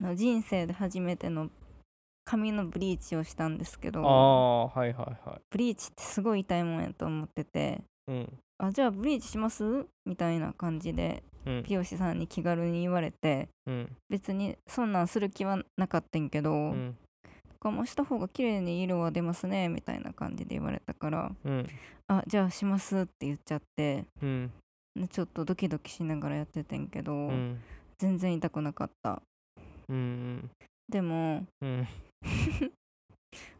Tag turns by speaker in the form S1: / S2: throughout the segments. S1: の人生で初めての髪のブリーチをしたんですけ
S2: あ
S1: ど
S2: あはいはいはい
S1: ブリーチってすごい痛いもんやと思ってて
S2: うん
S1: あじゃあブリーチしますみたいな感じで
S2: うん
S1: 美容師さんに気軽に言われて
S2: うん
S1: 別にそんなんする気はなかったんけど、
S2: うん
S1: かもうした方が綺麗に色は出ますねみたいな感じで言われたから
S2: うん
S1: あじゃあしますって言っちゃって
S2: うん
S1: ねちょっとドキドキしながらやっててんけど、
S2: うん
S1: 全然痛くなかった
S2: うん
S1: でも
S2: うん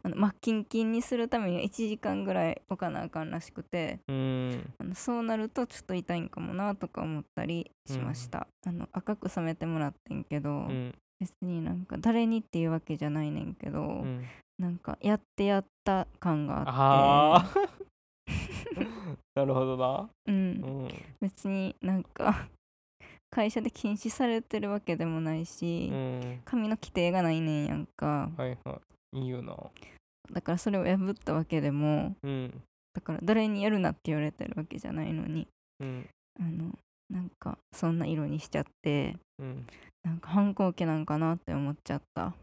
S1: あのまあキンキンにするためには1時間ぐらい置かなあかんらしくて
S2: うん
S1: あのそうなるとちょっと痛いんかもなとか思ったりしました、あの赤く染めてもらってんけど、
S2: うん
S1: 別になんか誰にっていうわけじゃないねんけど、
S2: うん
S1: なんかやってやった感があって
S2: ああなるほどな
S1: う、
S2: うんん
S1: 別になんか 会社で禁止されてるわけでもないし、
S2: うん
S1: 髪の規定がないねんやんか
S2: はいはいいいよな
S1: だからそれを破ったわけでも
S2: うん
S1: だから誰にやるなって言われてるわけじゃないのに
S2: うん
S1: あのなんかそんな色にしちゃって
S2: うん
S1: なんか反抗期なんかなって思っちゃった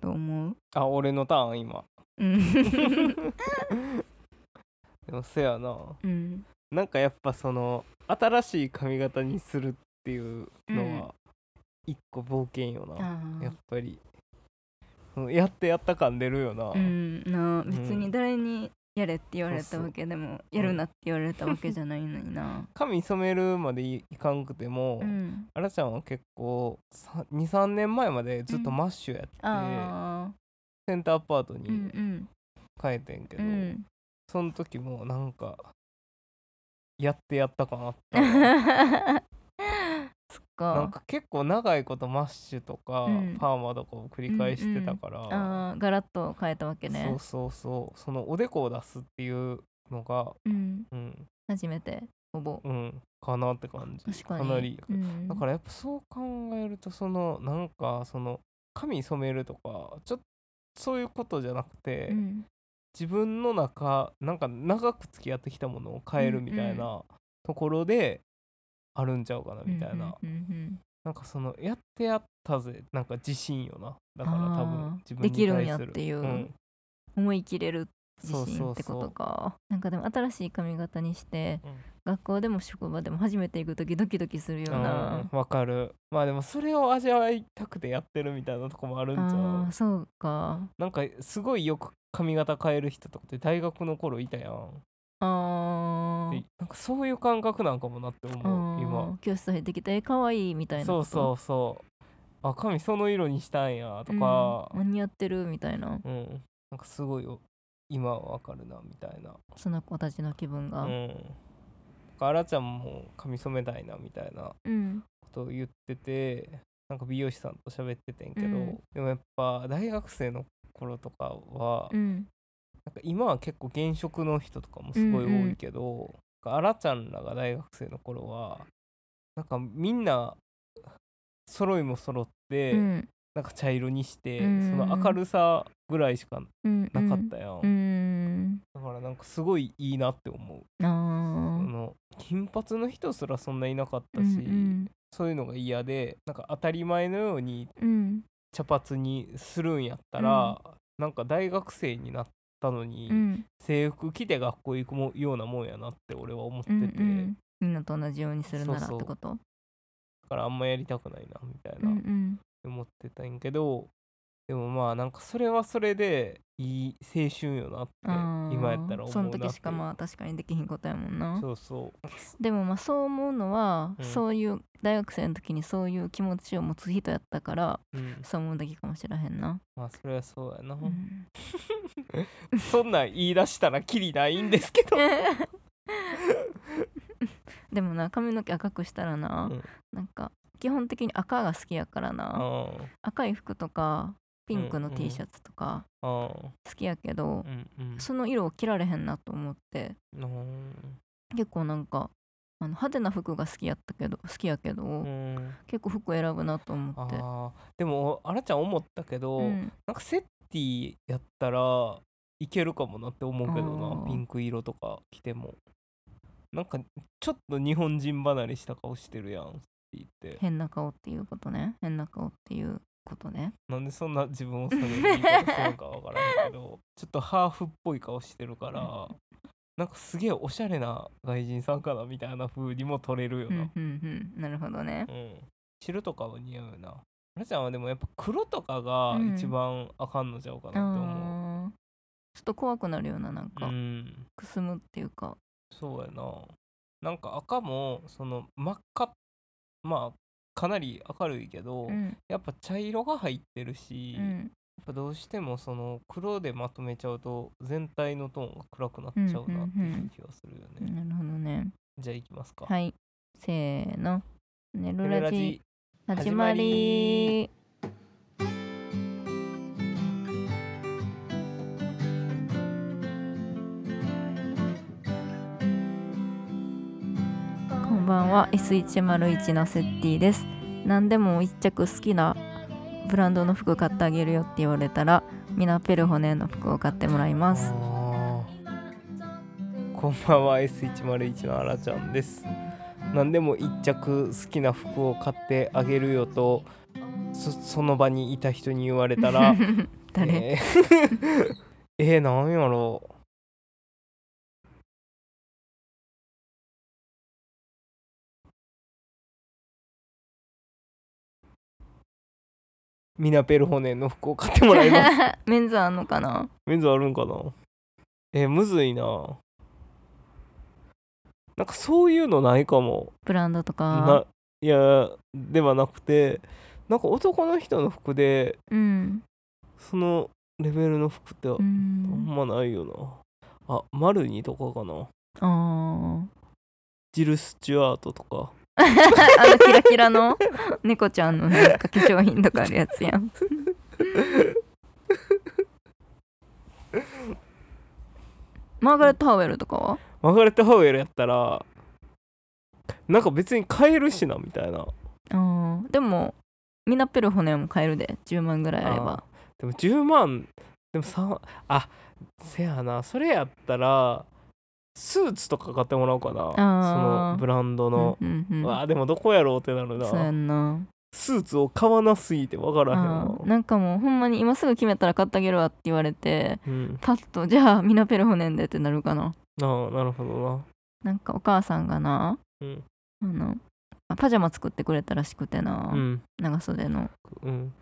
S1: どう思う
S2: あ俺のターン今
S1: うん
S2: でもせやな
S1: うん
S2: なんかやっぱその新しい髪型にするっていうのは一個冒険よな、
S1: あ
S2: やっ
S1: ー
S2: ぱりそのやってやった感出るよな、
S1: うんなあ別
S2: う
S1: に
S2: ん
S1: 誰にやれって言われ
S2: そ
S1: た
S2: うそう
S1: わけでもやるなって言われたわけじゃないのに な
S2: 髪染めるまでいいかんくても、
S1: うん
S2: あらちゃんは結構23年前までずっとマッシュやって、
S1: ああ
S2: センターパート
S1: う
S2: に
S1: ん
S2: 変えてんけ
S1: う
S2: ど、
S1: ん
S2: その時もなんかやってやった感あっ
S1: う
S2: たわ
S1: んそっ
S2: なん
S1: か
S2: か結構長いことマッシュとか、
S1: うん
S2: パーマとかを繰り返してたから、
S1: あーガラッと変えたわけ
S2: そ
S1: ね
S2: うそうそうそのおでこを出すっていうのが
S1: うん
S2: うん
S1: 初めてほぼ
S2: うんかなって感じ
S1: 確かに
S2: なり
S1: うん
S2: だからやっぱそう考えるとそのなんかその髪染めるとかちょっとそういうことじゃなくて、
S1: うん
S2: 自分の中なんか長く付き合ってきたものを変えるみたいなところであるんちゃうかなみたいな、
S1: うんうんうん
S2: なんかそのやってやったぜなんか自信よなだから多
S1: あー
S2: 分自分
S1: で
S2: に
S1: き
S2: 対する
S1: るんやっていう
S2: うん
S1: うん思い切れる自
S2: そうそ
S1: 信
S2: う
S1: ってこ
S2: そ
S1: と
S2: う
S1: かなんかでも新しい髪型にして
S2: うん
S1: 学校でも職場でも初めて行く時ドキドキするような
S2: うんわかるまあでもそれを味わいたくてやってるみたいなとこもあるんじゃ
S1: あ
S2: ん
S1: ーそうか
S2: なんかすごいよく髪型変える人とかって大学の頃いたやん
S1: あ
S2: でなんかそういう感覚なんかもなって思
S1: あ
S2: う今
S1: 教室入ってきてえ可愛いみたいな
S2: そう
S1: う
S2: そうそうあ髪その色にしたんやとか
S1: ん、間に合ってるみたいな
S2: うん、なんかすごいよ今はわかるなみたいな
S1: その子たちの気分が
S2: うんあらちゃんも髪染めたいなみたいな
S1: うん
S2: ことを言っててなんか美容師さんと喋っててんけど、
S1: うん
S2: でもやっぱ大学生の頃とかは、
S1: うん
S2: なんか今は結構現職の人とかもすごい多いけど、なんかあらちゃんらが大学生の頃はなんかみんな揃いも揃って、
S1: うん
S2: なんか茶色にして、
S1: うん
S2: その明るさぐらいしか
S1: うん
S2: なかったやん、
S1: うん
S2: だからなんかすごいいいなって思う、
S1: あ
S2: あ
S1: ー
S2: の金髪の人すらそんないなかった
S1: う
S2: し、
S1: ん
S2: そういうのが嫌でなんか当たり前のように
S1: うんうん
S2: 茶髪にするんやったら、なんか大学生になったのに、
S1: うん
S2: 制服着て学校行くもようなもんやなって俺は思って
S1: う
S2: て、
S1: んうんみんなと同じようにするならっ
S2: そうそう
S1: てこと
S2: だからあんまやりたくないなみたい
S1: うんう
S2: なん思ってたんやけど、でもまあなんかそれはそれでいい青春よな
S1: あ
S2: って
S1: ー
S2: 今やったら思うなって
S1: その時しかまあ確かにできひんことやもんな
S2: そうそう
S1: でもまあそう思うのは、
S2: うん
S1: そういう大学生の時にそういう気持ちを持つ人やったから
S2: うん
S1: そう思うだけかもしれへんな、
S2: まあそれはそうやな、
S1: うん
S2: そんなん言い出したらきりないんですけ ど
S1: でもな髪の毛赤くしたらな、
S2: うん
S1: なんか基本的に赤が好きやからな、
S2: あ
S1: 赤い服とかピンクの
S2: うん
S1: T シャツとか
S2: ああ
S1: 好きやけど、
S2: あうんうん
S1: その色を着られへんなと 思って結構なんかあの派手な服が好きやったけど好きやけど、
S2: うん
S1: 結構服選ぶなと思
S2: あ
S1: って。
S2: ーでもあらちゃん思ったけど、
S1: うん
S2: なんかセッティやったらいけるかもなって思うけ
S1: あ
S2: ど
S1: ー
S2: なピンク色とか着てもなんかちょっと日本人離れした顔してるやん言って
S1: 変な顔っていうことね変な顔っていうことね
S2: なんでそんな自分をそれに言い方するのかわから んけどちょっとハーフっぽい顔してるからなんかすげえおしゃれな外人さんかなみたいな風にも取れるよ
S1: う
S2: な、
S1: んうんうんなるほどね
S2: うん、汁とかは似合うよなあらちゃんはでもやっぱ黒とかが
S1: うん
S2: 一番あかんのちゃうかなっ
S1: あ
S2: て思う
S1: ーちょっと怖くなるようななん
S2: う
S1: か、
S2: ん、
S1: くすむっていうか
S2: そうやななんか赤もその真っ赤まあかなり明るいけど、
S1: うん
S2: やっぱ茶色が入ってるし、
S1: う
S2: やっ
S1: ん
S2: ぱどうしてもその黒でまとめちゃうと全体のトーンが暗くなっ
S1: うん
S2: ちゃうなって
S1: うんう
S2: いうん気がするよ
S1: な
S2: ね、
S1: るほどね
S2: じゃあ行きますか、
S1: はいせーの「ね
S2: ブ
S1: る
S2: ル
S1: ラ
S2: ラ
S1: ジ
S2: ジ」
S1: 始まりこんばんは S101 のセッティです何でも一着好きなブランドの服買ってあげるよって言われたらミナペルホネの服を買ってもらいます
S2: あーこんばんは S101 のあらちゃんです何でも一着好きな服を買ってあげるよとそその場にいた人に言われたら
S1: 誰、
S2: えーえー、 なんやろうミナペルホネの服を買ってもらいます
S1: メンズあんのかな
S2: メンズあるんかなえーむずいななんかそういうのないかも
S1: ブランドと
S2: な
S1: か
S2: いやではなくてなんか男の人の服で
S1: うん
S2: そのレベルの服ってあ
S1: うんん
S2: まないよなあマルニとかかな
S1: あー
S2: ジル・スチュアートと か
S1: あのキラキラの猫ちゃんのなんか化粧品とかあるやつやんマーガレット・ハウエルとかは
S2: マーガレット・ハウエルやったらなんか別に買えるしなみたいな
S1: あーでもミナペルホネも買えるで10万ぐらいあれば
S2: でも10万でも3あせやなそれやったらスーツとか買ってもらおうかなそのブランドの、
S1: うんうんうん
S2: わあでもどこやろうってなる
S1: そうや
S2: なん
S1: な
S2: スーツを買わなすぎてわからへん
S1: あ
S2: わ
S1: ーなんかもうほんまに今すぐ決めたら買ってあげるわって言われて
S2: うん、
S1: パッとじゃあミナペルホネンでってなるかな
S2: ああなるほど
S1: なんかお母さんがな
S2: なうん
S1: あのあパジャマ作ってくれたらしくてな、
S2: うん
S1: 長袖の
S2: うん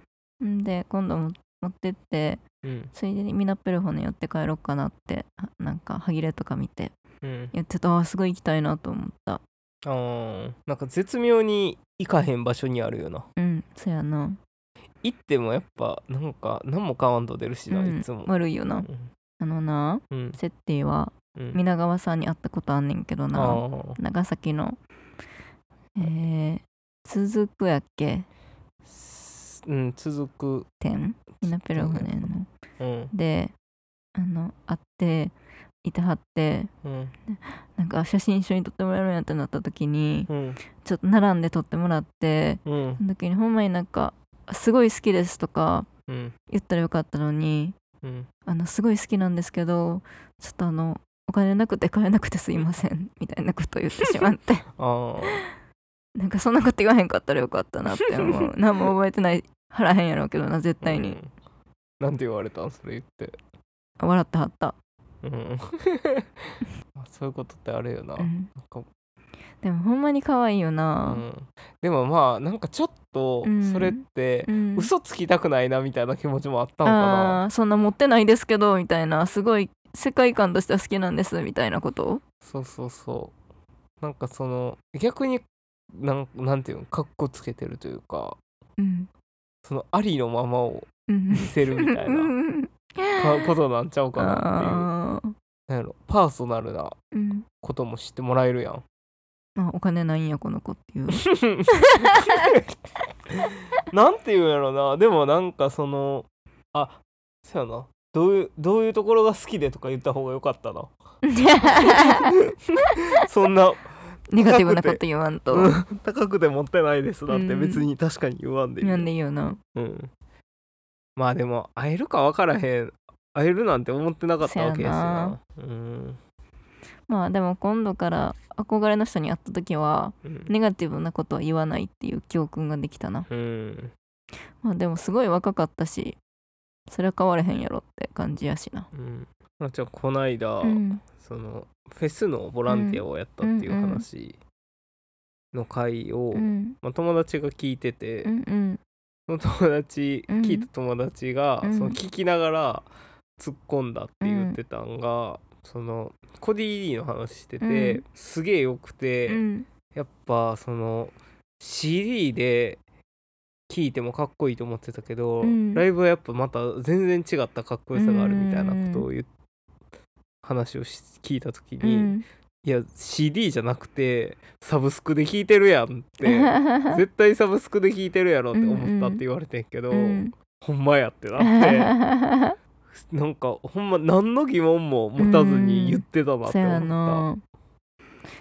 S1: んで今度も持ってって
S2: うん
S1: ついでにミナペルホネン寄って帰ろうかなってあなんか歯切れとか見て
S2: うん
S1: 言ってたあーすごい行きたいなと思った
S2: あーなんか絶妙に行かへん場所にあるよな
S1: うんそやな
S2: 行ってもやっぱなんか何も買わんと出るしな、
S1: うん
S2: いつも
S1: 悪いよ
S2: う
S1: なんあのな
S2: うん
S1: セッティは
S2: うん
S1: 皆川さんに会ったことあんねんけど
S2: あ
S1: な
S2: ー
S1: 長崎のえー、続くやっけ
S2: すうん続く
S1: 店ミナペルホネンの
S2: うん
S1: であの会っていてはって
S2: うん
S1: なんか写真一緒に撮ってもらえるんやってなった時に
S2: うん
S1: ちょっと並んで撮ってもらって
S2: うん
S1: その時にほんまになんか「すごい好きです」とか
S2: うん
S1: 言ったらよかったのに
S2: うん
S1: 「あのすごい好きなんですけどちょっとあのお金なくて買えなくてすいません」みたいなことを言ってしまって
S2: あ
S1: なんかそんなこと言わへんかったらよかったなって思う何も覚えてない払えへんやろうけどな絶
S2: あ
S1: 対に
S2: なんて言われたんそれ言って
S1: 笑ってはった、
S2: うん あそういうことってあるよな,、
S1: うん
S2: なんか
S1: でもほんまに可愛いよ
S2: う
S1: な、
S2: ん、でもまあなんかちょっと
S1: うん
S2: それって
S1: うん
S2: 嘘つきたくないなみたいな気持ちもあったのかな、
S1: あーそんな持ってないですけどみたいなすごい世界観としては好きなんですみたいなこと
S2: そうそうそうなんかその逆になんなんていうのかっこつけてるというか
S1: うん
S2: そのありのままを
S1: うん
S2: 見せるみたいなかことなんちゃうかなっていう
S1: あー
S2: なんやろパーソナルな
S1: うん
S2: ことも知ってもらえ るやん
S1: あお金ないんやこの子っていう
S2: なんていうんやろなでもなんかそのあそうやなどういうどういうところが好きでとか言った方がよかったな そんな
S1: ネガティブなこと言わんと
S2: うん高くて持ってないですなんて
S1: うん
S2: 別に確かに言わんでいい、
S1: なんでいいよな
S2: うん、まあでも会えるか分からへん会えるなんて思ってなかったわけですよ
S1: そやな
S2: うん
S1: まあでも今度から憧れの人に会った時は
S2: うん
S1: ネガティブなことは言わないっていう教訓ができたな
S2: うん
S1: まあでもすごい若かったしそれは変われへんやろって感じやしな
S2: うんあらちゃんこないだ、
S1: うん
S2: そのフェスのボランティアをやったっていう話の回を、
S1: うん
S2: まあ、友達が聞いてて、
S1: うんうん
S2: その友達、
S1: うん
S2: 聞いた友達が、
S1: うん
S2: その聞きながら突っ込んだって言ってたんが、そのコディ・リーの話してて、
S1: うん
S2: すげえよくて、
S1: うん
S2: やっぱその CD で聴いてもかっこいいと思ってたけど、
S1: うん
S2: ライブはやっぱまた全然違ったかっこよさがあるみたいなことを言っ話をし聞いた時
S1: う
S2: に、
S1: ん
S2: いや CD じゃなくてサブスクで聴いてるやんって。
S1: う
S2: 絶対サブスクで聴いてるやろって思ったって言われてんけど、
S1: ん
S2: ほんまやっ てなってなんかほんま何の疑問も持たずに言ってたなっ
S1: そ
S2: て
S1: や
S2: 思っ
S1: な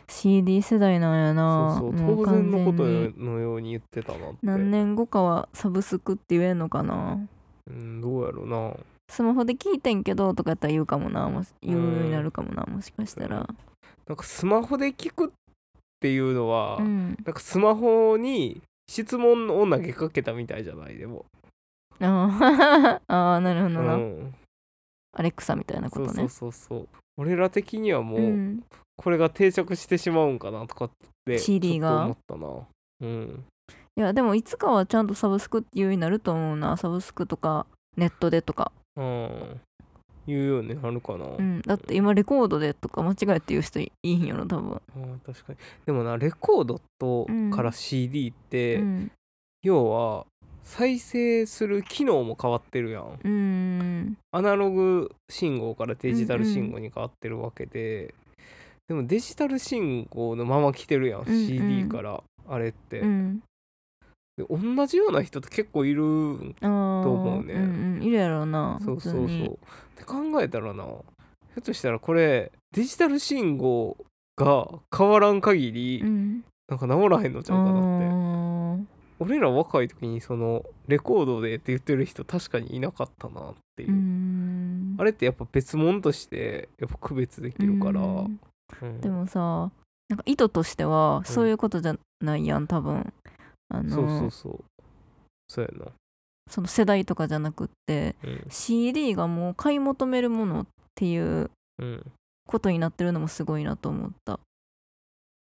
S1: CD 世代なんや
S2: た、
S1: な
S2: そう
S1: も
S2: そう
S1: う
S2: 当然のこと
S1: 完全に
S2: のように言ってたなって
S1: 何年後かはサブスクって言えんのかな
S2: うん、どうやろうな
S1: スマホで聞いてんけどとかやったら言うかもなもし言うようになるかもなもしかしたら
S2: なんかスマホで聞くっていうのは、
S1: うん
S2: なんかスマホに質問を投げかけたみたいじゃないでも、
S1: あー あーなるほ
S2: う
S1: どな、
S2: ん、
S1: アレクサみたいなこ
S2: そ
S1: とね
S2: うそうそうそう俺ら的にはもう、
S1: うん
S2: これが定着してしまうんかなとかって
S1: CD が
S2: ちょっと思ったなうん
S1: いやでもいつかはちゃんとサブスクっていうようになると思うなサブスクとかネットでとか、
S2: うん言うようになるかな、
S1: うん、だって今レコードでとか間違えて言う人いいひんやろ多分、
S2: うん確かにでもなレコードと
S1: うん
S2: から CD って、
S1: うん
S2: 要は再生する機能も変わってるやん
S1: うん
S2: アナログ信号からデジタル信号に変わってるわけで、でもデジタル信号のまま来てるや
S1: ん
S2: ん、
S1: うん
S2: CD からあれって、
S1: うん
S2: で同じような人って結構いるん
S1: あー
S2: と思うね
S1: んうん、いるやろうな
S2: そうそうそ
S1: 普
S2: う。っ
S1: 通に
S2: て考えたらなひょっとしたらこれデジタル信号が変わらん限り、
S1: うん
S2: なんか治らへんのちゃうかなって俺ら若い時にそのレコードでって言ってる人確かにいなかったなっていう、あ
S1: れ
S2: れってやっぱ別物としてやっぱ区別できるから、うん
S1: でもさなんか意図としてはそういうことじゃないやん多分あの
S2: そうそうそうそうやな、
S1: その世代とかじゃなくって
S2: うん
S1: CD がもう買い求めるものっていう
S2: うん
S1: ことになってるのもすごいなと思った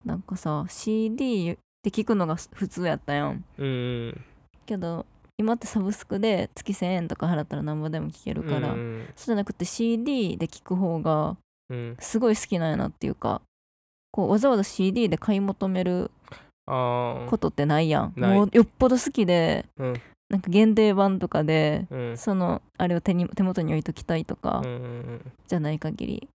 S1: なんかさ CD って聞くのが普通やったやん
S2: うん
S1: けど今ってサブスクで月1,000円とか払ったらなんぼでも聞けるから、
S2: うん
S1: そうじゃなくて CD で聞く方が
S2: うん、
S1: すごい好きなんやなっていうかこうわざわざ CD で買い求める
S2: ああ
S1: ことってないやん、
S2: うんない
S1: もうよっぽど好きで、
S2: うん
S1: なんか限定版とかで、
S2: うん
S1: そのあれを手に手元に置いときたいとか
S2: うんうん
S1: じゃない限り、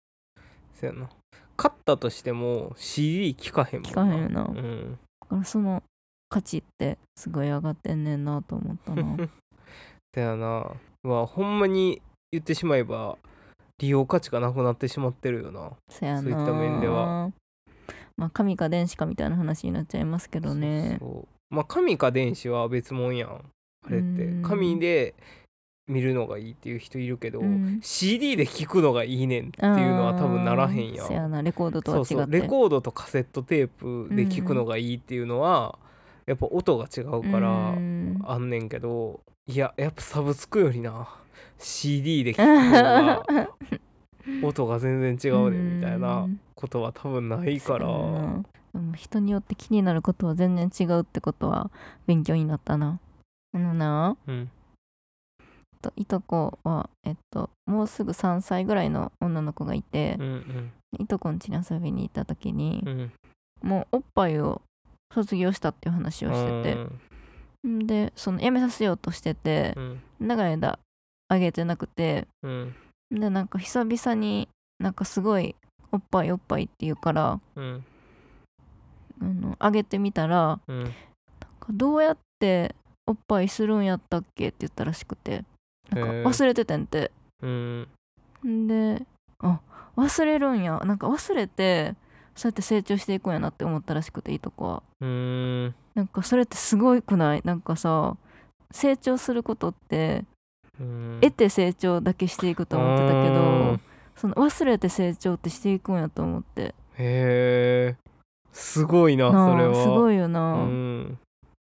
S2: そうやな勝ったとしても CD 聞かへんもん
S1: 聞かへんよな
S2: うん、
S1: だからその価値ってすごい上がってんねんなと思ったな
S2: だよなまあほんまに言ってしまえば利用価値がなくなってしまってるよな
S1: そやな
S2: そういった面では
S1: まあ神か電子かみたいな話になっちゃいますけどね
S2: そうそうまあ神か電子は別物やんあれっ
S1: う
S2: て
S1: ん
S2: 神で見るのがいいっていう人いるけど、
S1: うん
S2: CD で聞くのがいいねんっていうのは多分ならへんや
S1: あ
S2: ん
S1: ーそやなレコードとは違
S2: そう
S1: って
S2: そうレコードとカセットテープで聞くのがいいっていうのは、やっぱ音が違うから、
S1: うん
S2: あんねんけどいややっぱサブスクよりな CD で聞く方が音が全然違うねんみたいな
S1: うん
S2: ことは多分ないから
S1: そうやなでも人によって気になることは全然違うってことは勉強になったなあのな
S2: うん
S1: といとこはえっともうすぐ3歳ぐらいの女の子がいて
S2: う、ん
S1: いとこん家に遊びに行った時に
S2: うんう、ん
S1: もうおっぱいを卒業したっていう話をしてて、んでそのやめさせようとしてて
S2: うん
S1: 長い間あげてなくて
S2: うん
S1: でなんか久々になんかすごいおっぱいおっぱいって言うから
S2: うん
S1: あのあげてみたら
S2: うん
S1: どうやっておっぱいするんやったっけって言ったらしくてなんか
S2: へえ
S1: 忘れててんて
S2: うん
S1: んであ忘れるんやなんか忘れてそうやって成長していくんやなって思ったらしくていいとこは
S2: うん
S1: なんかそれってすごくないなんかさ成長することって
S2: うん
S1: 得て成長だけしていくと思ってたけどその忘れて成長ってしていくんやと思って
S2: へえすごいな
S1: なあ
S2: それは
S1: すご
S2: い
S1: いよな、
S2: うん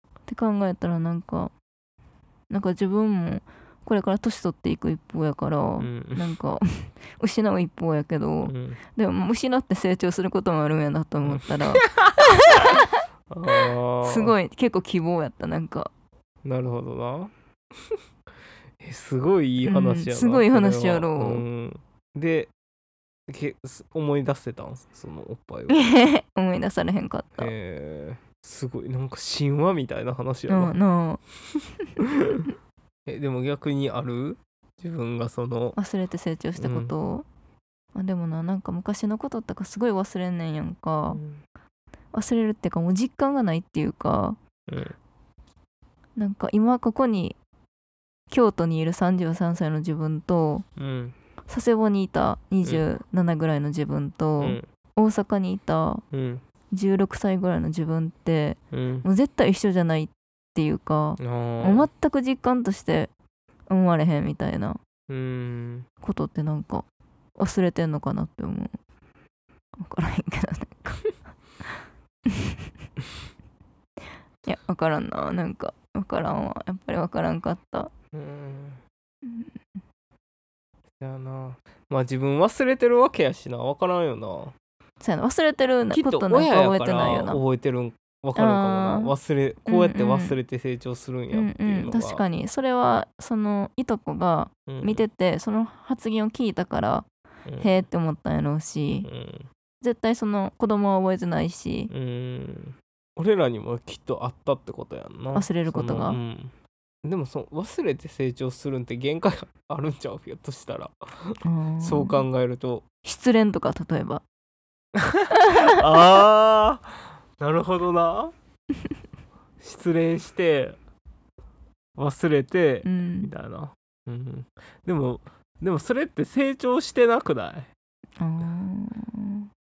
S1: って考えたらなんかなんか自分もこれから年取っていく一方やから、
S2: うん
S1: なんか失う一方やけど、
S2: うん
S1: でも失って成長することもあるんやなと思ったら
S2: あー
S1: すごい結構希望やったなんか
S2: なるほどな えすごいいい話やな、
S1: うんすごいいい話やろ
S2: それはうんでけす思い出せたんそのおっぱいを
S1: 思い出されへんかった、
S2: えー、すごいなんか神話みたいな話やな、
S1: うんな
S2: えでも逆にある自分がその
S1: あ忘れて成長したことを、あでもななんか昔のこととかすごい忘れんねんやんか
S2: うん
S1: 忘れるっていうかもう実感がないっていうか
S2: うん
S1: なんか今ここに京都にいる33歳の自分と
S2: うん
S1: 佐世保にいた27ぐらいの自分と、
S2: うん
S1: 大阪にいた
S2: うん
S1: 16歳ぐらいの自分って
S2: うん
S1: もう絶対一緒じゃないっていうか
S2: あー
S1: もう全く実感として思われへんみたいな
S2: うん
S1: ことってなんか忘れてんのかなって思う分からへんけどなんか いや分からんななんか分からんわやっぱり分からんかった
S2: うん
S1: うん
S2: やなまあ自分忘れてるわけやしな分からんよな
S1: そうやな忘れてる
S2: きっ
S1: こととなん
S2: 親
S1: か
S2: や
S1: 覚え
S2: か
S1: てない
S2: ら
S1: よな
S2: 覚えてるん分かるか
S1: あ
S2: も
S1: ー
S2: な忘れこうやって忘れて成長するんや
S1: うん
S2: っていううんのが
S1: 確かにそれはそのいとこが
S2: うん
S1: 見てて、その発言を聞いたから、
S2: うん
S1: へえって思ったんやろうし、
S2: うん
S1: 絶対その子供は覚えてないし、
S2: うん俺らにもきっとあったってことやんな
S1: 忘れることが
S2: そのうんでもその忘れて成長するんって限界あるんちゃうひょっとしたら
S1: ん
S2: そう考える と
S1: 失恋とか例えば
S2: あーなるほどな失恋して忘れて
S1: う
S2: み
S1: ん
S2: たいな、うん、でもでもそれって成長してなくない
S1: あー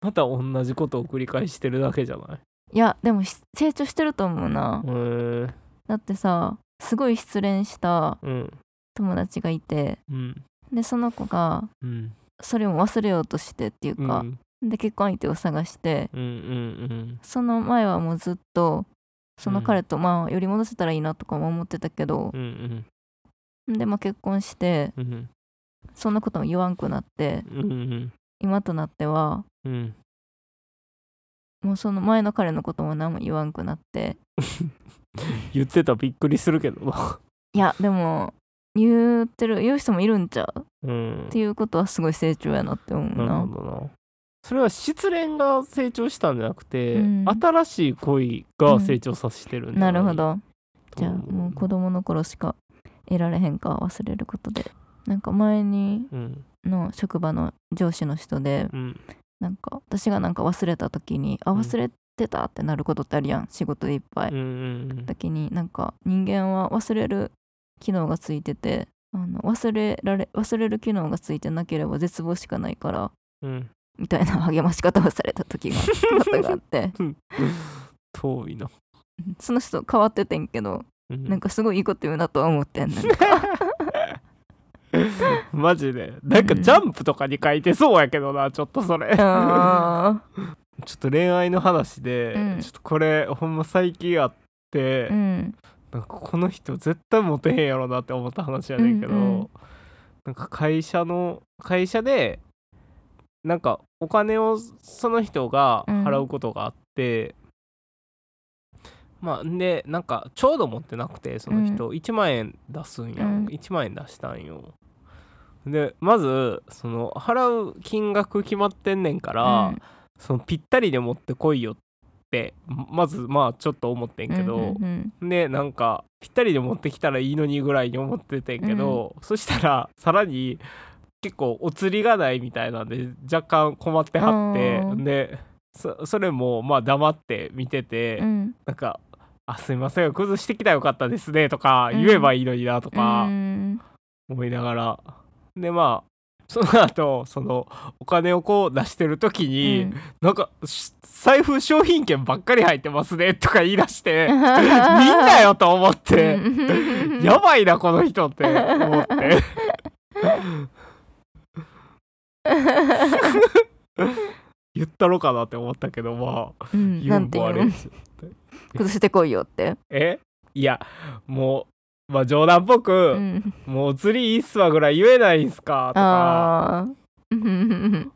S2: また同じことを繰り返してるだけじゃない
S1: いやでもし成長してると思うな、
S2: へー
S1: だってさすごい失恋した
S2: うん
S1: 友達がいて
S2: うん
S1: でその子が
S2: うん
S1: それを忘れようとしてっていう
S2: うんう
S1: か、
S2: ん
S1: で結婚相手を探して
S2: うんうん
S1: その前はもうずっとその彼とまあ寄り戻せたらいいなとかも思ってたけど
S2: うんう、ん
S1: でまあ結婚して
S2: うんうん
S1: そんなことも言わんくなって
S2: うん
S1: 今となっては
S2: うん
S1: もうその前の彼のことも何も言わんくなって
S2: 言ってたびっくりするけどな
S1: いやでも言ってる言う人もいるんちゃう
S2: うん
S1: っていうことはすごい成長やなって思う
S2: なる
S1: な
S2: ほどなそれは失恋が成長したんじゃなくて、
S1: うん
S2: 新しい恋が成長させてるんじ
S1: な
S2: ゃない
S1: るほど
S2: と
S1: じゃあ
S2: 思う
S1: もう子供の頃しか得られへんか忘れることでなんか前に
S2: うん
S1: の職場の上司の人で
S2: うん
S1: なんか私がなんか忘れた時にあ
S2: うん
S1: 忘れてたってなることってあるやん仕事でいっぱい
S2: うんうん
S1: 時になんか人間は忘れる機能がついててあの忘れられ忘れる機能がついてなければ絶望しかないから
S2: うん
S1: みたいな 励まし方をされた時がことがあって
S2: 遠いな、
S1: その人変わっててんけど
S2: うん
S1: なんかすごいいいこと言うなとは思って んなんか
S2: マジでなんか
S1: うん
S2: ジャンプとかに書いてそうやけどなちょっとそれ ちょ
S1: あ
S2: っと恋愛の話で、
S1: うん
S2: ちょっとこれほんま最近あって、
S1: ーうん
S2: なんかこの人絶対モテへんやろなって思った話やねんけど、
S1: うんうん
S2: なんか会社の会社でなんかお金をその人が払うことがあって、まあんでなんかちょうど持ってなくてその人1万円出すんや、
S1: うん
S2: 1万円出したんよでまずその払う金額決まってんねんから、
S1: うん
S2: そのぴったりで持ってこいよってまずまあちょっと思ってんけど、
S1: うんうん
S2: でなんかぴったりで持ってきたらいいのにぐらいに思っててんけど、そしたらさらに結構お釣りがないみたいなんで若干困っては
S1: あ
S2: って
S1: ー
S2: でそそれもまあ黙って見てて、
S1: うんうん
S2: なんか「あすいません崩してきたらよかったですね」とか言えばいいのになとか
S1: うん
S2: 思いながら、でまあその後そのお金をこう出してる時に、なんかし財布商品券ばっかり入ってますねとか言い出して。
S1: み ん
S2: みんな
S1: な
S2: よと思って、や
S1: っ
S2: ばいなこの人って思って言ったろかなって思ったけどまあ
S1: うん、
S2: 言
S1: な
S2: うん
S1: て
S2: もあ
S1: 言う
S2: れ
S1: の
S2: ですよ
S1: 崩してこいよって、
S2: えいやもうまあ冗談っぽ
S1: う
S2: く、
S1: ん、
S2: もう釣りいいっすわぐらい言えないんすかとか
S1: ああうんうんうん うん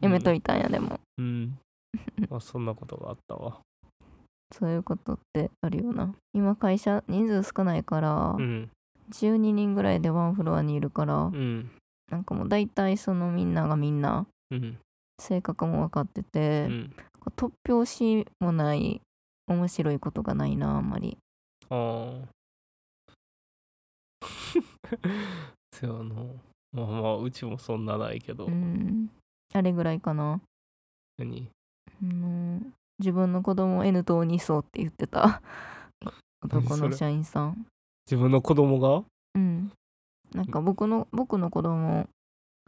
S1: やめといたんやでも
S2: うん、うんまあ、そんなことがあったわ
S1: そういうことってあるよな今会社人数少ないから、
S2: うん
S1: 12人ぐらいでワンフロアにいるから、
S2: うん
S1: なんかもう大体そのみんながみんな
S2: うん
S1: 性格も分かって
S2: う
S1: て、
S2: ん
S1: こう突拍子もない面白いことがないなあんまり
S2: あー せやなまあまあうちもそんなないけど、
S1: うんあれぐらいかな、
S2: 何
S1: うん、自分の子供を N と2層って言って た男の社員さん
S2: 自分の子供が
S1: うんなんか僕の僕の子供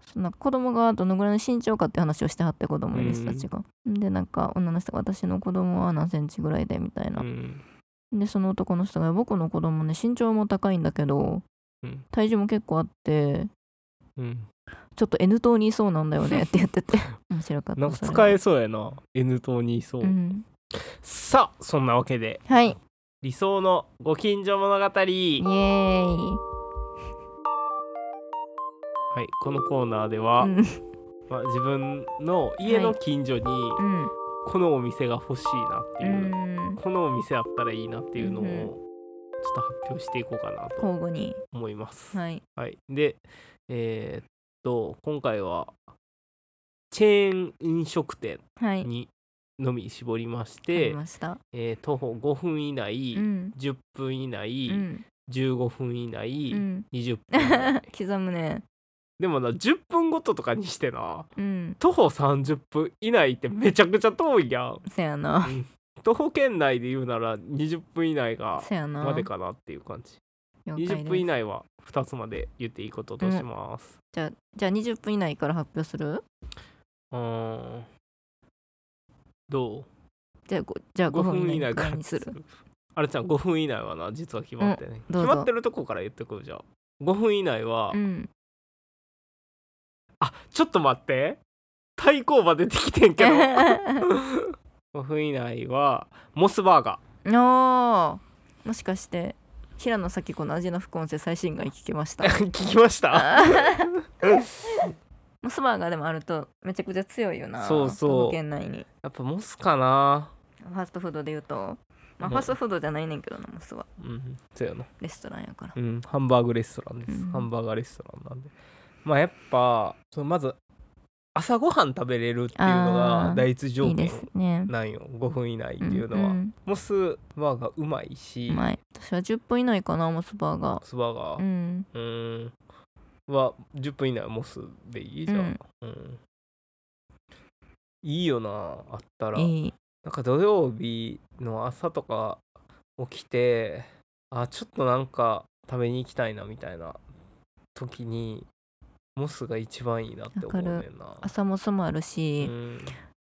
S1: そのなんか子供がどのぐらいの身長かって話をしてはって子供いる人たちが、でなんか女の人が私の子供は何センチぐらいでみたいな
S2: う、ん
S1: でその男の人が僕の子供ね身長も高いんだけど、
S2: うん
S1: 体重も結構あって
S2: うん
S1: ちょっと N 党にいそうなんだよねって言って て面白かった
S2: なんか
S1: それ
S2: 使えそうやな N 党にいそう、
S1: うん、
S2: さあそんなわけで
S1: はいイ
S2: 理想のご近所物語
S1: エーイ
S2: はい、このコーナーでは、
S1: うん
S2: まあ、自分の家の近所に
S1: うん
S2: このお店が欲しいなっていう、
S1: うん
S2: このお店あったらいいなっていうのを
S1: うん
S2: ち
S1: うん
S2: ょっと発表していこうかなと
S1: 交互に
S2: 思います。はい、
S1: はい
S2: で、えーっと今回はチェーン飲食店
S1: はい
S2: にのみ絞りまし
S1: あ
S2: て
S1: り、ました
S2: えー徒歩5分以内、
S1: うん
S2: 10分以
S1: う
S2: 内、
S1: ん
S2: 15分以内、
S1: うん
S2: 20分 以内
S1: 刻むね
S2: でもな10分ごととかにしてな
S1: うん
S2: 徒歩30分以内ってめちゃくちゃ遠いやん
S1: せやな
S2: 徒歩圏内で言うなら20分以内が
S1: せやな
S2: までかなっていう感じ
S1: 了解です
S2: 20分以内は2つまで言っていいこととします
S1: じゃあじゃあ20分以内から発表する
S2: うーんど
S1: じゃあごじゃ
S2: う
S1: あ
S2: 5
S1: 5分
S2: 分
S1: 以
S2: 以
S1: 内
S2: 内
S1: か
S2: からら
S1: に
S2: に
S1: す
S2: す
S1: る
S2: るあれちゃん5分以内はな実は決まってね
S1: どう
S2: 決
S1: ぞ
S2: まってるとこから言ってくるじゃん5分以内は、
S1: うん
S2: あちょっと待って対抗馬出てき てんけど5分以内はモスバーガー
S1: あーもしかして平野咲子の味の副音声最新回聞きまし た
S2: 聞き ました
S1: モスバーガーでもあるとめちゃくちゃ強いよな
S2: そうそう
S1: 徒歩圏内に
S2: やっぱモスかな
S1: ファストフードで言うとまあ、
S2: うん
S1: ファストフードじゃないねんけどなモスは
S2: うんそうやな
S1: レストランやから
S2: うんハンバーグレストランです、
S1: うん
S2: ハンバーガーレストランなんでまあやっぱそのまず朝ごはん食べれるっていうの
S1: あ
S2: が
S1: ー
S2: 第一条
S1: いいで
S2: 件
S1: すね
S2: なんよ5分以内っていうのは、
S1: ん
S2: モスバーガーうまいし、
S1: うんうまい私は10分以内かなモスバーガ
S2: モスバー
S1: ーう
S2: ガー
S1: ん
S2: うーんは10分以内はモスでいいじゃん、うんいいよなあったら
S1: いい
S2: なんか土曜日の朝とか起きてあちょっとなんか食べに行きたいなみたいな時にモスが一番いいなって思うねんな。
S1: 朝モスもあるし、
S2: うん、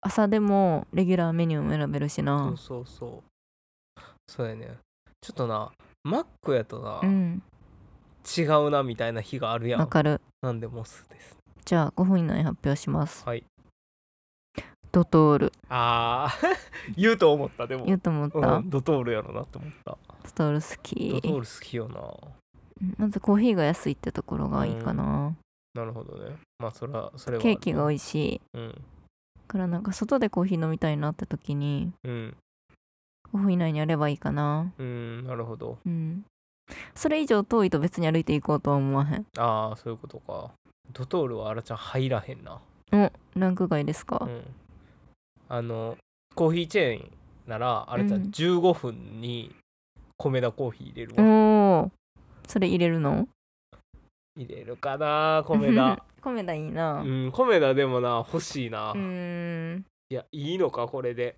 S1: 朝でもレギュラーメニューも選べるし
S2: そ
S1: な
S2: うそうそう。そうやねんちょっとなマックやとな、
S1: うん
S2: 違うなみたいな日があるや
S1: わ
S2: ん。
S1: かる
S2: なんでモスです。
S1: じゃあ5分以内に発表します
S2: はい。
S1: ドトール
S2: あー 言うと思ったでも
S1: 言。うと思った、
S2: うん、ドトールやろなって思った。
S1: ドトール好
S2: ドトー
S1: き
S2: ル好きよな。
S1: まずコーヒーが安いってところがいいかな、
S2: なるほどね。まあそれはそれはある
S1: ケ
S2: ね。
S1: ーキが美
S2: い。
S1: 味しい
S2: うん。
S1: からなんか外でコーヒー飲みたいなって時に
S2: うん。
S1: 5分以内にあればいいかな
S2: うーんなるほど
S1: うんそれ以上遠いと別に歩いていこうとは思わへん
S2: ああそういうことかドトールはあらちゃん入らへんな
S1: おランク外ですか、
S2: うんあのコーヒーチェーンならあらちゃ
S1: うん
S2: ん15分に米田コーヒー入れるわ、
S1: おーそれ入れるの
S2: 入れるかな 米田
S1: 米田いいな
S2: う
S1: うん
S2: 米田でもな欲しいな、
S1: ーん
S2: いやいいのかこれで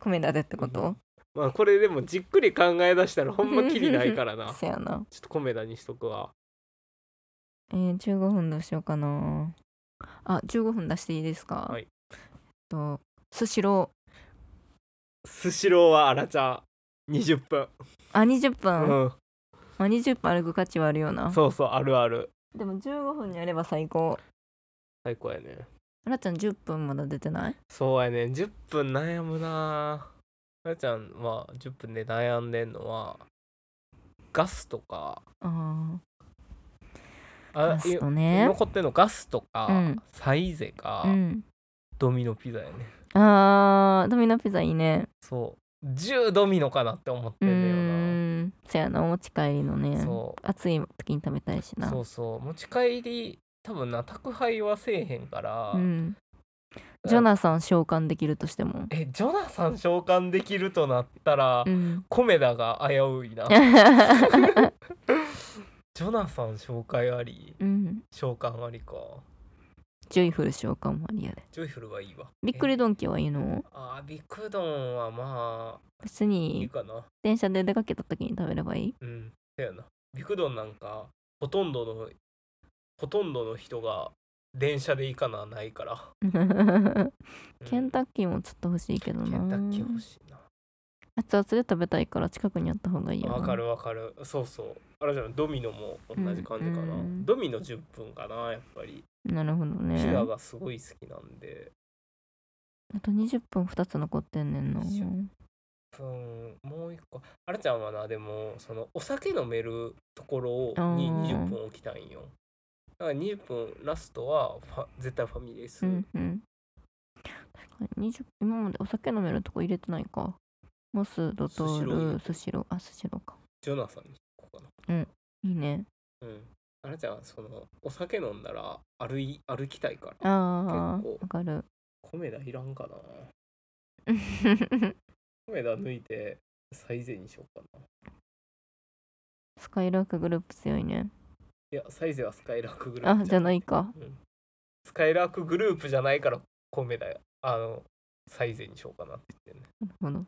S1: 米田でってこと
S2: まあこれでもじっくり考え出したらほんまきりないか らなちょ
S1: せやな
S2: っと米田にしとくわ
S1: えー、15分どうしようかなあ15分出していいですか
S2: はい
S1: えっとスシロ
S2: スシローはあらちゃん20分
S1: ーあ20
S2: う
S1: 分、
S2: ん、
S1: まあ、20分歩く価値はあるよな
S2: そうそうあるある
S1: でも15分にあれば最高
S2: 最高やね
S1: あらちゃん10分まだ出てない
S2: そうやね10分悩むなあやちゃんは10分で悩んでんのはガスとか
S1: ああ
S2: あ
S1: ラス
S2: い
S1: トね
S2: 残ってんのガスとか、
S1: うん
S2: サイゼか、
S1: うん
S2: ドミノピザやね
S1: あードミノピザいいね
S2: そう10ドミノかなって思っ
S1: う
S2: て
S1: ー
S2: んね
S1: んそやなお持ち帰りの
S2: よな
S1: ね
S2: そ
S1: 暑い時に食べたいし
S2: う
S1: な
S2: そうそう持ち帰り多分な宅配はせえへんから、
S1: うんジョナサン召喚できるとしても
S2: えジョナサン召喚できるとなったら、
S1: うん
S2: コメダが危ういなジョナサン紹介あり
S1: うん
S2: 召喚ありか
S1: ジョイフル召喚もありやで
S2: ジョイフルはいいわ
S1: びっくりドンキーはいいの
S2: えあービッグドンはまあ
S1: 別
S2: いい
S1: に
S2: かな
S1: 電車で出かけた時に食べればいい
S2: うんせやなビッグドンなんかほとんどのほとんどの人が電車で行かなないから、うん
S1: ケンタッキーもちょっと欲しいけどな
S2: ケンタッキー欲しいな
S1: 熱々で食べたいから近くにあった方がいいよな
S2: わかるわかるそうそうあれじゃんドミノも同じ感じかな、
S1: うんうん
S2: ドミノ10分かなやっぱり
S1: なるほど
S2: ピ
S1: ね
S2: ザがすごい好きなんで
S1: あと20分2つ残ってんねんな
S2: 20分もう一個あらちゃんはなでもそのお酒飲めるところに
S1: うん
S2: 20分置きたいんよだから20分ラストはファ絶対ファミレス、
S1: うんうん確かに20今までお酒飲めるとこ入れてないかモスドトールスシローあスシローか
S2: ジョナサンに行こうか
S1: いいね
S2: なうんあらちゃんはそのお酒飲んだら歩い歩きたいから
S1: あ
S2: 結構
S1: ーわかる
S2: コメダいらんかなコメダ抜いてサイゼにしようかな
S1: スカイラークグループ強いね
S2: いやサイゼはスカイラークグループ
S1: あじゃないか
S2: スカイラークグループじゃないからコメダあのサイゼにしようかなって言ってんね
S1: なるほど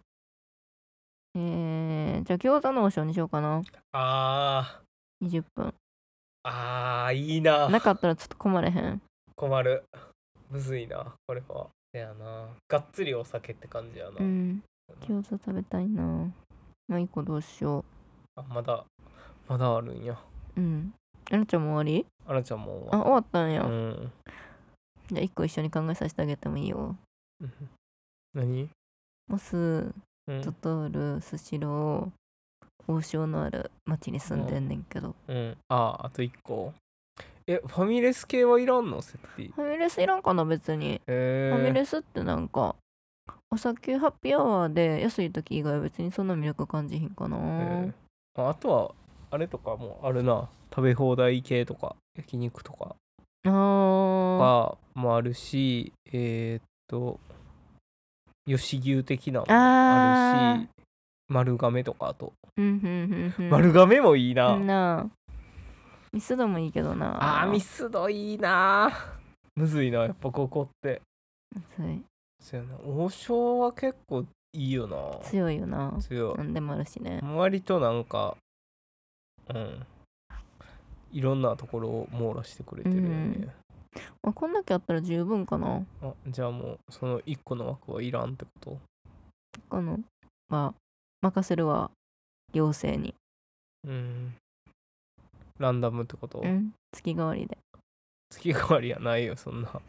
S1: えー、じゃあ餃子の王将にしようかな
S2: あー
S1: 20分
S2: あーいいな
S1: なかったらちょっと困れへん
S2: 困るむずいなこれはせやながっつりお酒って感じやな、
S1: うん餃子食べたいなもう一個どうしよ
S2: あまだまだあるんや
S1: ううんあらちゃんも終わり
S2: あらちゃんも
S1: あ
S2: 終わ
S1: 終わったんや、
S2: うん
S1: じゃあ一個一緒に考えさせてあげてもいいよ
S2: うん何、
S1: モス
S2: うん
S1: ドトールスシロー王将のある町に住んでんねんけど、
S2: うん、あーあと1個えファミレス系はいらんのセッティ
S1: ファミレスいらんかな別に
S2: え
S1: ファミ
S2: ー、
S1: レスってなんかお酒ハッピーアワーで安い時以外は別にそんな魅力感じひんかな、
S2: えーああとはあれとかもあるな食べ放題系とか焼肉とか
S1: あ
S2: がもあるしえーっと吉牛的なのも
S1: あー
S2: あるし丸亀とかあと
S1: ーうんうんうんうん
S2: 丸亀もいいな、
S1: うんなミスドもいいけどな
S2: あーミスドいいなむずいなやっぱここって
S1: 強い
S2: そうやな王将は結構いいよな
S1: 強いよな
S2: 強
S1: 何でもあるしね
S2: い割となんかうんいろんなところを網羅してくれてるよね、
S1: まあこんだけあったら十分かな
S2: あじゃあもうその1個の枠はいらんってこと
S1: このまあ任せるわ妖精に、
S2: うんランダムってこと、
S1: うん、月替わりで
S2: 月替わりやないよそんな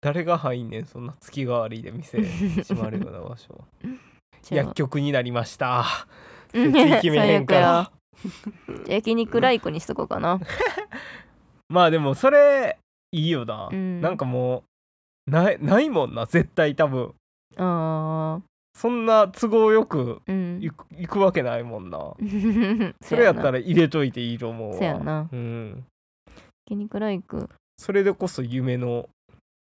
S2: 誰が入んねんそんな月替わりで店閉ま るような場所薬局になりました
S1: うん
S2: 設置決めへんか
S1: 最
S2: ら
S1: 悪焼肉ライコにしとこうか な
S2: まあでもそれいいよな、
S1: うん
S2: なんかもうないないもんな絶対多分
S1: あ
S2: そんな都合よく
S1: ーうん
S2: 行く行くわけないもんなそ
S1: そ
S2: れやった
S1: ら
S2: ら入れといていいと思うわ
S1: そやな
S2: うん、
S1: 焼肉ライク
S2: それでこそ夢の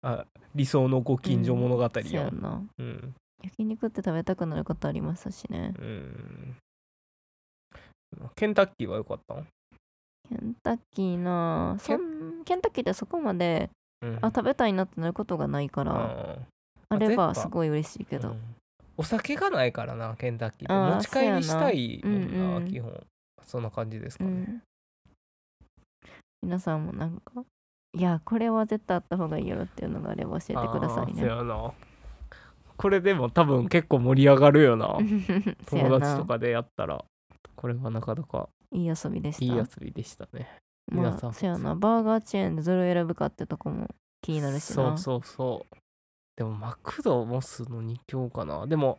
S2: あ理想のご近所物語
S1: そや
S2: や
S1: な
S2: うん
S1: 焼肉って食べたくなることありますしね
S2: うんケンタッキーは良かったの、
S1: ケンタッキーなそんケンタッキーってそこまで
S2: うん
S1: あ食べたいなってなることがないから、
S2: うん
S1: あれば
S2: 絶対
S1: すごい嬉しいけど、
S2: うんお酒がないからなケンタッキー
S1: あ
S2: っ
S1: ー
S2: て持ち帰りしたいも
S1: そうやなんうんう
S2: なん基本そんな感じですか
S1: う
S2: ね、
S1: ん、皆さんもなんかいやこれは絶対あった方がいいよっていうのがあれば教えてください
S2: あーそう
S1: ね
S2: やなこれでも多分結構盛り上がるよな
S1: せや
S2: 友達
S1: な
S2: とかでやったらこれはなかなか
S1: いい遊びでした
S2: いい遊びでしたねゆら
S1: ま
S2: さん
S1: あ、そうやな、バーガーチェーンでどれを選ぶかってとこも気になるしな。
S2: そうそうそうでもマクドモスの2強かなでも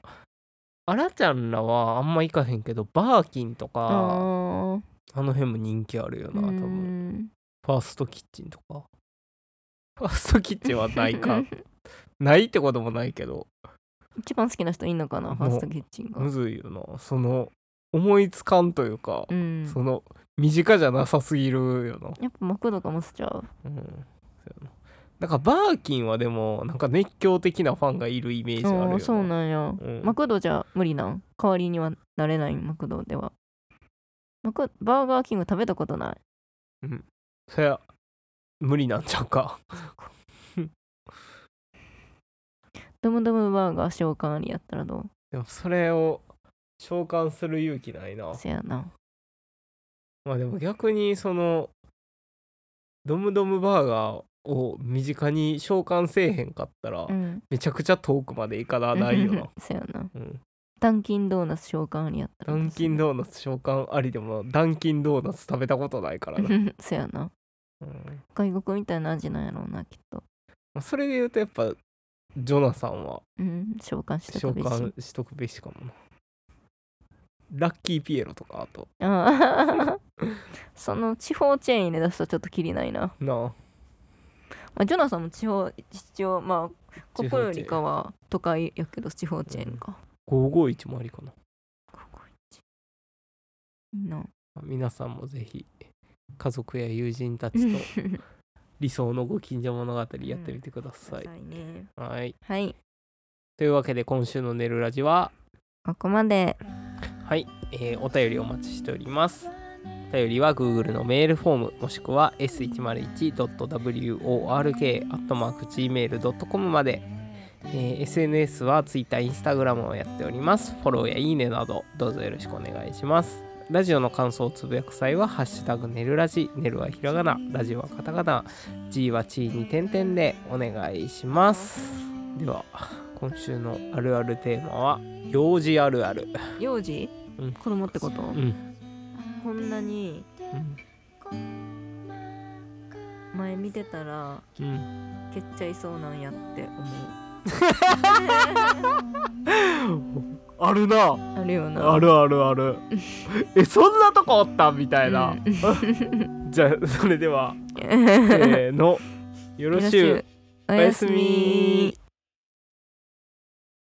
S2: あらちゃんらはあんま行かへんけどバーキンと
S1: あ
S2: か
S1: ー
S2: あの辺も人気あるよ
S1: う
S2: な多分
S1: ん
S2: ファーストキッチンとかファーストキッチンはないかないってこともないけど
S1: 一番好きな人いんのか
S2: も
S1: な
S2: う
S1: ファーストキッチンが
S2: む。ずいよなその思いつかんというか、
S1: うん。
S2: その身近じゃなさすぎるよな
S1: やっぱマクドかもしちゃう。
S2: うんそうやななんかバーキンはでもなんか熱狂的なファンがいるイメージあるよ
S1: あ
S2: な
S1: あそうなんや。
S2: うん
S1: マクドじゃ無理なん代わりにはなれないマクドではマクバーガーキング食べたことない
S2: そりゃ無理なんちゃうか
S1: ドムドムバーガー召喚ありやったらど
S2: でもそれを召喚する勇気ないな
S1: うせやな
S2: まあでも逆にそのドムドムバーガーを身近に召喚せえへんかったら、
S1: うん
S2: めちゃくちゃ遠くまで行かなないよな
S1: せやな
S2: うん、
S1: ダンキンドーナツ召喚ありやった
S2: ダ
S1: ら
S2: ンキンドーナツ召喚ありでもダンキンドーナツ食べたことないからな、
S1: ナツ せやな
S2: うん
S1: 外国みたいな味なんやろうなきっと
S2: まあそれで言うとやっぱジョナさんは
S1: うん召喚して
S2: 召
S1: たべし
S2: 喚しとくべしかもなラッキーピエロとかあと
S1: ああ その地方チェーン入れ出すとちょっときりないな、
S2: なあ
S1: まあ、ジョナさんも地方一応まあ
S2: 地方
S1: 国
S2: チェーン
S1: よりかは都会やけど地方チェーンか、
S2: 551もありかな
S1: ここ一いいな
S2: まあ皆さんもぜひ家族や友人たちと理想のご近所物語やってみてください、
S1: いね
S2: はい
S1: はい
S2: というわけで今週の「寝るラジは」
S1: ここまで
S2: はい、えーお便りお待ちしております。お便りは Google のメールフォームもしくは s101.work.gmail.com まで、えー SNS は Twitter、Instagram をやっております。フォローやいいねなどどうぞよろしくお願いします。ラジオの感想をつぶやく際は「ハッシュタグねるラジ」「ねるはひらがな」「ラジオはカタカナ」「G は地位に点々」でお願いします。では今週のあるあるテーマは「幼児あるある」。
S1: 幼児、
S2: うん
S1: 子供ってこと、
S2: うん
S1: こんなに前見てたら
S2: うん、
S1: 蹴っちゃいそうなんやって思
S2: あるな
S1: うあるよな
S2: あるあるあ るえそんなとこおったみたいな、 じゃあそれではせーの
S1: よ
S2: よろ
S1: ろ
S2: し
S1: し
S2: ゅう
S1: ゅうお
S2: おやすみ